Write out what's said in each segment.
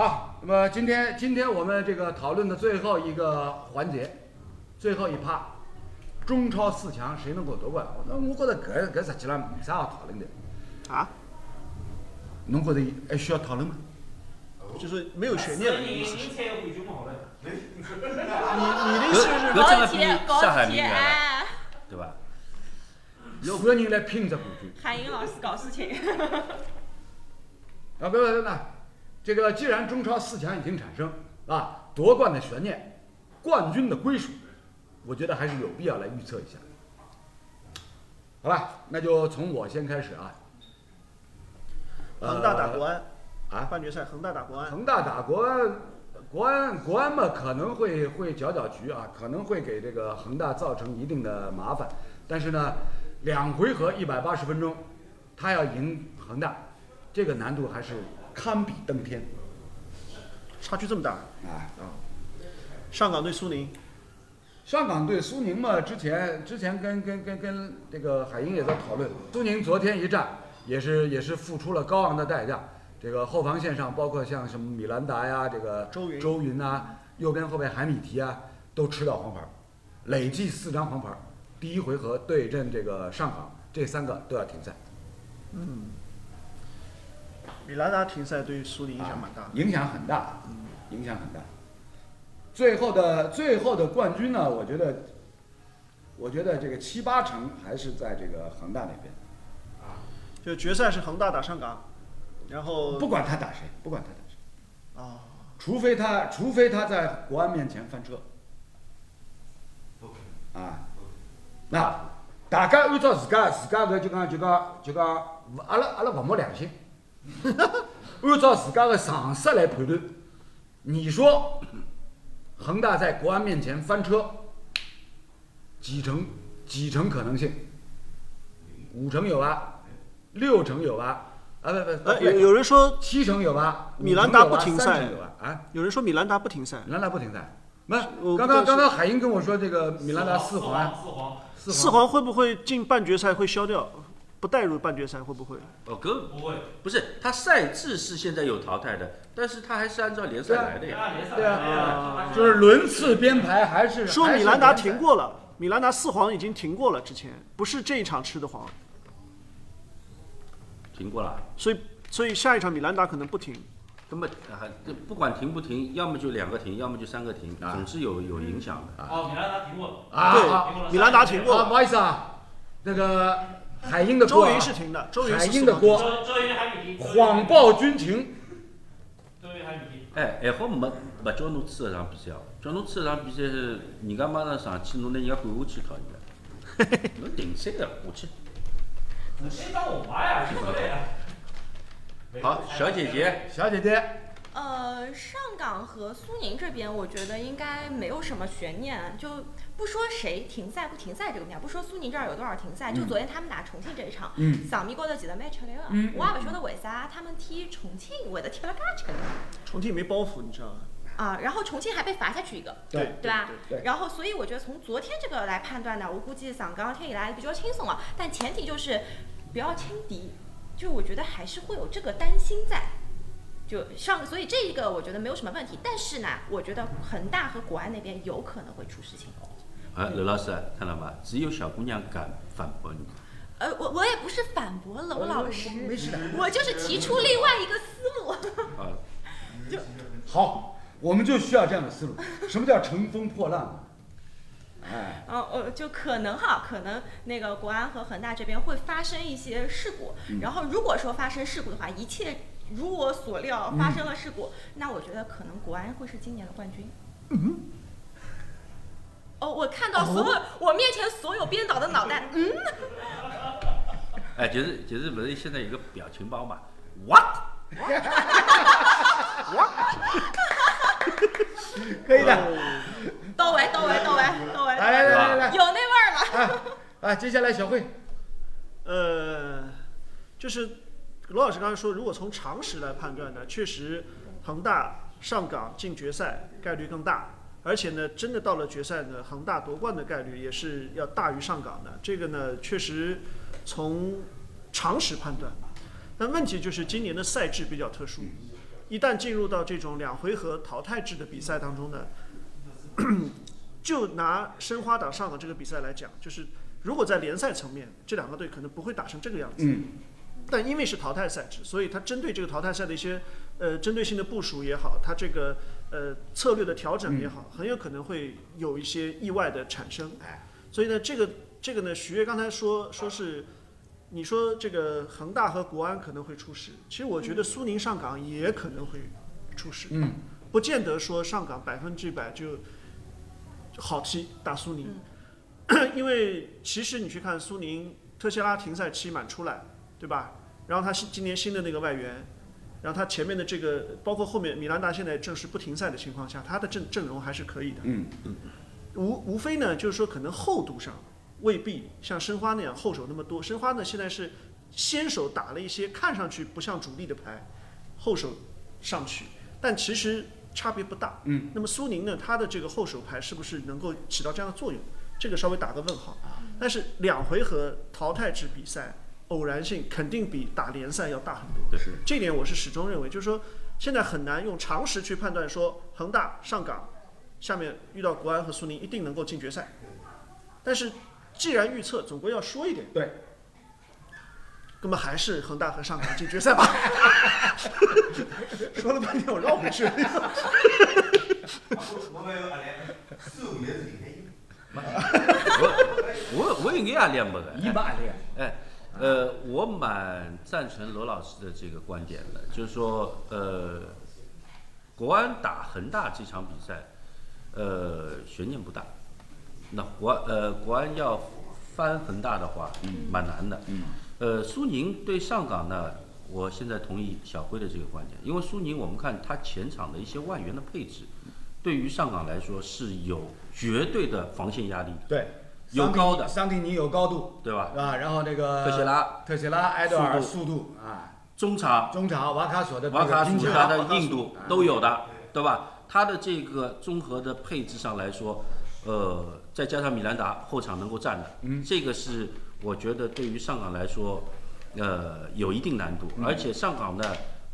好，那么今天今天我们这个讨论的最后一个环节，最后一趴，中超四强谁能够夺冠？那我觉着搿搿实际上没啥好讨论的，啊，侬觉着还需要讨论吗？就是没有悬念了。你意思你是？参与就不好了。你你的意思是搿高真的级比铁，上高海级名铁，媛哎，对吧？要个人来拼一只冠军。海英老师搞事情，啊，不要不要，这个既然中超四强已经产生啊，夺冠的悬念，冠军的归属，我觉得还是有必要来预测一下。好吧，那就从我先开始啊。恒大打国安啊半决赛恒大打国安，恒大打国安，国安国安嘛可能会会搅搅局啊，可能会给这个恒大造成一定的麻烦。但是呢，两回合一百八十分钟，他要赢恒大，这个难度还是堪比登天差距这么大。啊。上港对苏宁，上港对苏宁嘛，之前之前跟跟跟跟这个海英也在讨论，苏宁昨天一战也是也是付出了高昂的代价。这个后防线上，包括像什么米兰达呀，这个周云周云呐、右边后卫海米提啊，都吃到黄牌，累计四张黄牌。第一回合对阵这个上港，这三个都要停赛，米兰达停赛对苏宁影响蛮大啊。影响很大，影响很大。最后的最后的冠军呢，我觉得，我觉得这个七八成还是在这个恒大那边。就决赛是恒大打上港，然后不管他打谁，不管他打谁，啊，除非他除非他在国安面前翻车不可啊，那大家按照自家自家个就讲就讲就讲，阿拉阿拉勿摸良心， 按照自家的常识来判断，你说恒大在国安面前翻车，几成几成可能性？五成有吧，六成有吧，啊不不，呃，有有人说，七成有吧？米兰达五成有吧不停赛三成有吧？啊，有人说米兰达不停赛，米兰达不停赛。那我不刚知道刚是刚刚海英跟我说，这个米兰达四环，四环，四四环皇会不会进半决赛会消掉？不带入半决赛会不会？哦，哥，不会，不是，他赛制是现在有淘汰的，但是他还是按照联赛来的呀。联赛对啊啊就是轮次编排还是说米兰达停，过了，米兰达四皇已经停过了，之前不是这一场吃的黄，停过了，所以所以下一场米兰达可能不停。那么呃还不管停不停，要么就两个停，要么就三个停，啊嗯总是有有影响的。哦，米兰达停过了，还是对有联赛啊，过了米兰达停好，过啊了不好意思啊，那个海英的锅周啊云，是停的，周云海是英四的皇停。锅，周周云还米踢，谎报军情，周云还米踢，哎，还好没没叫侬吃这场比赛哦，叫侬吃这场比赛是人家马上上去，侬拿人家赶下去讨厌的。 侬停赛的，下去。我先当我妈呀，无所谓啊。好，小姐姐，小姐姐，呃，上港和苏宁这边，我觉得应该没有什么悬念，就不说谁停赛不停赛这个面，不说苏宁这儿有多少停赛，嗯就昨天他们打重庆这一场，嗯上面高头其实蛮吃力的嗯嗯，我也不晓得为啥他们踢重庆会得踢了介吃力重庆没包袱，你知道吗？啊，然后重庆还被罚下去一个，对对吧？对然后，所以我觉得从昨天这个来判断呢，我估计上港天以来比较轻松了，但前提就是不要轻敌，就我觉得还是会有这个担心在。就上，所以这一个我觉得没有什么问题，但是呢，我觉得恒大和国安那边有可能会出事情。啊，刘老师看到吗？只有小姑娘敢反 驳你。呃，我我也不是反驳我娄老师，没事的，我就是提出另外一个思路。啊，好，我们就需要这样的思路。什么叫乘风破浪啊？哎。哦，呃，就可能哈，可能那个国安和恒大这边会发生一些事故，嗯然后如果说发生事故的话，一切如我所嗯料发生了事故，那我觉得可能国安会是今年的冠军。嗯哦，我看到所有、我面前所有编导的脑袋，嗯，哎，就是就是不是现在有个表情包嘛？What？可以的，到位，到位，到位，到位，来来来来来，有那味儿了。啊啊，接下来小慧，呃，就是罗老师刚才说，如果从常识来判断呢，确实恒大上港进决赛概率更大，而且呢，真的到了决赛呢，恒大夺冠的概率也是要大于上港的。这个呢，确实从常识判断。但问题就是今年的赛制比较特殊，一旦进入到这种两回合淘汰制的比赛当中呢，就拿申花打上港这个比赛来讲，就是如果在联赛层面，这两个队可能不会打成这个样子。嗯但因为是淘汰赛制，所以它针对这个淘汰赛的一些呃针对性的部署也好，它这个呃策略的调整也好，很有可能会有一些意外的产生。嗯哎，所以呢，这个这个呢，徐悦刚才说说是，你说这个恒大和国安可能会出事，其实我觉得苏宁上港也可能会出事，嗯，不见得说上港百分之百就就好踢打苏宁，嗯 因为其实你去看苏宁特谢拉停赛期满出来，对吧？然后他新今年新的那个外援。然后他前面的这个，包括后面米兰达现在正是不停赛的情况下，他的阵阵容还是可以的。嗯，无无非呢，就是说可能厚度上未必像申花那样后手那么多。申花呢现在是先手打了一些看上去不像主力的牌，后手上去，但其实差别不大。嗯，那么苏宁呢，他的这个后手牌是不是能够起到这样的作用？这个稍微打个问号。啊但是两回合淘汰制比赛偶然性肯定比打联赛要大很多。是这点我是始终认为，就是说现在很难用常识去判断说恒大、上港下面遇到国安和苏宁一定能够进决赛，但是既然预测，总归要说一点，对，那么还是恒大和上港进决赛吧。 说了半天我绕回去了，我没有压力，四五六是零的。我我我有眼压力没个。伊没压力啊，哎，呃，我蛮赞成罗老师的这个观点的，就是说，呃，国安打恒大这场比赛，呃，悬念不大。那国安呃国安要翻恒大的话，蛮难的。嗯，呃，苏宁对上港呢，我现在同意小辉的这个观点，因为苏宁我们看他前场的一些外援的配置，对于上港来说是有绝对的防线压力的，对，有桑蒂高的桑蒂尼有高度，对吧？啊，然后那个特谢拉、特谢拉、埃德尔速度啊，呃中场中场瓦卡索的瓦卡这个拼索抢他的瓦硬度卡索都有的，对吧？他的这个综合的配置上来说，呃，再加上米兰达后场能够站的，嗯这个是我觉得对于上港来说，呃，有一定难度。嗯而且上港呢，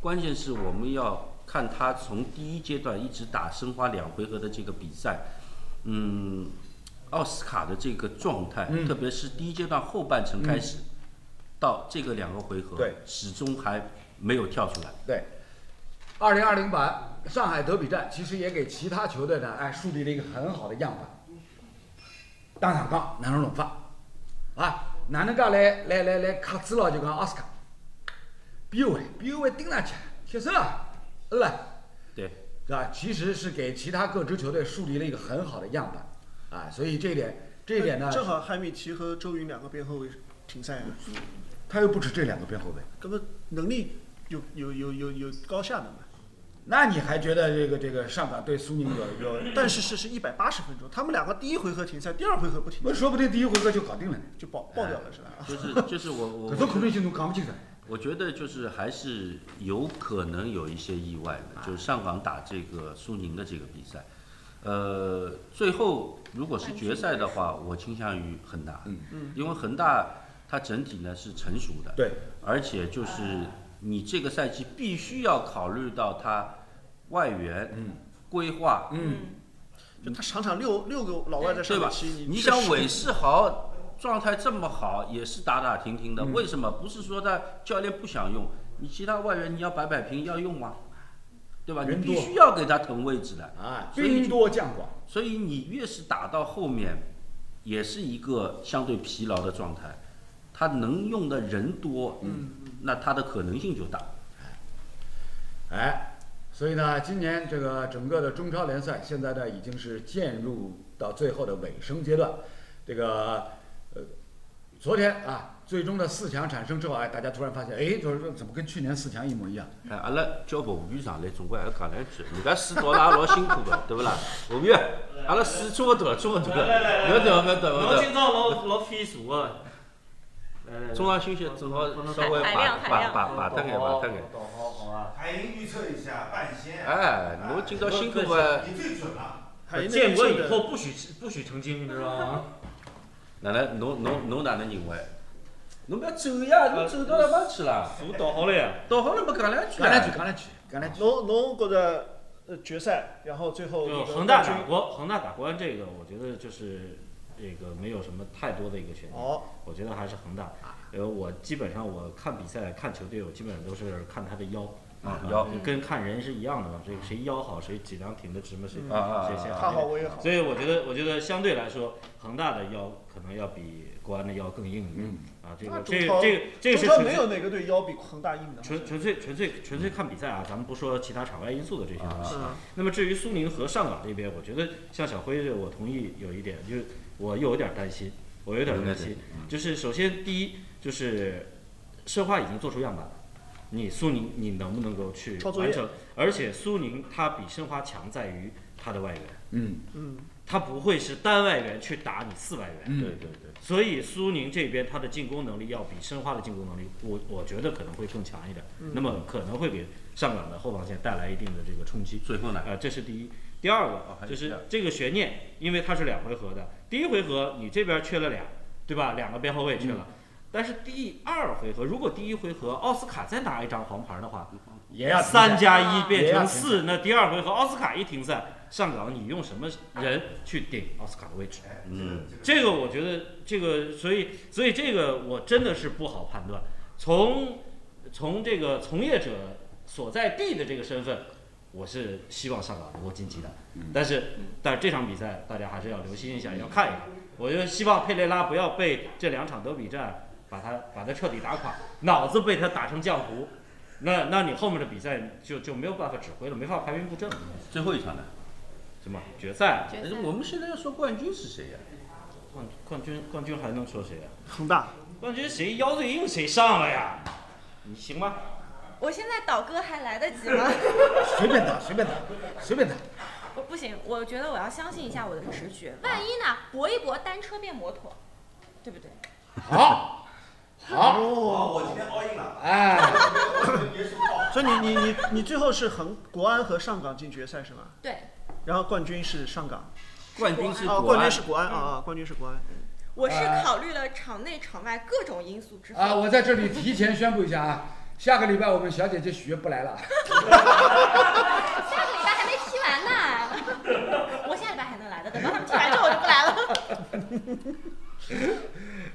关键是我们要看他从第一阶段一直打申花两回合的这个比赛，嗯，奥斯卡的这个状态，嗯特别是第一阶段后半程开始，到这个两个回合，对始终还没有跳出来。对，二零二零版上海德比战其实也给其他球队呢，哎，树立了一个很好的样板。当场杠，哪能弄法？啊，哪能介来来来来克制了？就讲奥斯卡，边后卫边后卫盯上去，贴身啊，是吧？ 对，是吧？啊其实是给其他各支球队树立了一个很好的样板，啊，所以这一点这一点呢，正好汉密奇和周云两个边后卫停赛啊，他又不止这两个边后卫，那么能力有有有有有高下的嘛。那你还觉得这个这个上港对苏宁有有？但是是是一百八十分钟，他们两个第一回合停赛，第二回合不停我说不定第一回合就搞定了呢，就爆爆掉了是吧？就是就是我我搿种可能性侬讲不清楚。我觉得就是还是有可能有一些意外的，就是上港打这个苏宁的这个比赛，呃，最后如果是决赛的话，我倾向于恒大，嗯嗯因为恒大它整体呢是成熟的，对，而且就是你这个赛季必须要考虑到它外援嗯规划，嗯，就他场场六六个老外在上对吧面踢，你你确想实韦世豪状态这么好，也是打打停停的，嗯为什么？不是说他教练不想用，你其他外援你要摆摆平要用啊，对吧？你人多必须要给他腾位置的，啊，所以兵多将广，所以你越是打到后面，也是一个相对疲劳的状态，他能用的人多，嗯，那他的可能性就大。哎，所以呢，今年这个整个的中超联赛现在呢已经是渐入到最后的尾声阶段，这个呃，昨天啊，最终的四强产生之后，哎，大家突然发现，哎，就是说怎么跟去年四强一模一样？哎，阿拉叫服务员上来，总归还要讲两句。人家输到了也老辛苦的，对不啦？服务员，阿拉水差不多了，差不多了，来来来不要等，不要等，不要侬等今。朝老老费事个，来来来，中场休息正好稍微海海摆量海摆摆量摆脱眼摆脱眼。导航好啊。海英预测一下半仙，哎，侬今朝辛苦啊！你最准了。海英的建国预测以的后不许不许成精，你知道吗？哪能侬侬侬哪能认为？侬不要走呀，侬走到哪方去了？我导航了呀，哎到好了没讲两句讲两啊句，？讲两句，讲来侬侬觉着呃决赛，然后最后就那个恒大冠打军国恒大打国安这个，我觉得就是这个没有什么太多的一个悬念，哦，我觉得还是恒大。呃，我基本上我看比赛看球队，我基本上都是看他的腰啊啊腰就跟看人是一样的嘛，谁谁腰好，谁脊梁挺得直嘛，谁嗯啊啊谁先他好我也好，所以我觉得，我觉得相对来说，恒大的腰可能要比国安的腰更硬一点、嗯啊。这那个中这超个这个这个中是超纯没粹有哪个队腰比恒大硬的，纯纯粹纯粹纯粹看比赛啊，咱们不说其他场外因素的这些东西。嗯那么至于苏宁和上港这边，我觉得像小辉，我同意有一点，就是我有点担心，我有点担心，嗯就是首先第一就是申花已经做出样板了，你苏宁你能不能够去抄作业完成？而且苏宁它比申花强在于它的外援。嗯嗯，他不会是单外援去打你四外援，对嗯，对对，所以苏宁这边他的进攻能力要比申花的进攻能力，我我觉得可能会更强一点，嗯那么可能会给上港的后防线带来一定的这个冲击。最后呢？呃，这是第一。第二哦个还啊就有这是样这个悬念，因为它是两回合的，第一回合你这边缺了俩，对吧？两个边后卫缺了。但是第二回合，如果第一回合奥斯卡再拿一张黄牌的话，也要三加一啊变也要成停四，那第二回合奥斯卡一停赛，上港你用什么人去顶奥斯卡的位置？哎，嗯这个这个我觉得这个，所以所以这个我真的是不好判断。从从这个从业者所在地的这个身份，我是希望上港能够晋级的。但是但是这场比赛大家还是要留心一下，要看一看。我就希望佩雷拉不要被这两场德比战把他把他彻底打垮，脑子被他打成浆糊。那那你后面的比赛就就没有办法指挥了，没法排兵布阵了，最后一场呢？什么决赛决哎赛我们现在要说冠军是谁呀？冠冠军冠军还能说谁啊？恒大冠军谁腰最硬谁上了呀？你行吗？我现在倒戈还来得及吗？ 随便打，随便打，随便打。我不行，我觉得我要相信一下我的直觉。万一呢，搏一搏，单车变摩托，对不对？好，好，哦，我今天 all in 了，哎，别说爆所以你你你你最后是恒国安和上港进决赛是吗？对，然后冠军是上港，冠军是啊，国冠安军。是国安啊啊，冠军是国安，我是啊考虑了场内场外各种因素之 后，啊，我在这里提前宣布一下啊，下个礼拜我们小姐姐许愿不来了。下个礼拜还没踢完 呢。我下礼拜还能来的，等 到他们踢完之后我就不来了。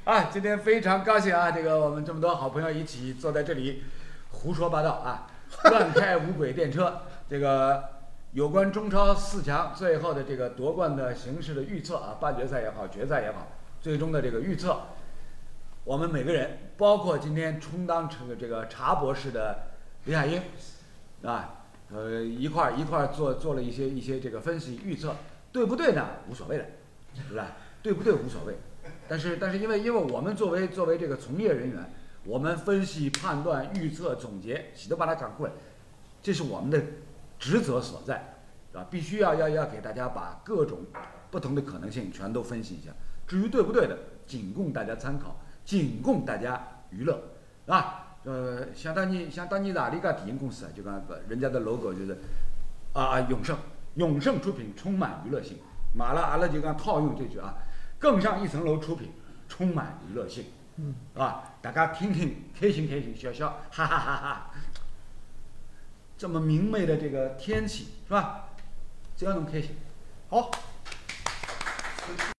啊，今天非常高兴啊，这个我们这么多好朋友一起坐在这里胡说八道啊，乱开无轨电车。这个有关中超四强最后的这个夺冠的形势的预测啊，半决赛也好，决赛也好，最终的这个预测，我们每个人，包括今天充当成这个茶博士的李海英，啊，呃，一块儿一块儿做做了一些一些这个分析预测，对不对呢？无所谓的，是吧？对不对无所谓，但是但是因为因为我们作为作为这个从业人员，我们分析、判断、预测、总结，喜得把它赶过来，这是我们的职责所在，是吧？必须要要要给大家把各种不同的可能性全都分析一下。至于对不对的，仅供大家参考，仅供大家娱乐，啊。呃，想当年，想当年是阿里家电影公司啊，就讲人家的 logo 就是啊啊永盛，永盛出品充满娱乐性，买了阿拉就讲套用这句啊，更上一层楼出品充满娱乐性，嗯，啊，大家听听开心开心，笑笑，哈哈哈哈。这么明媚的这个天气是吧？只要侬开心，好，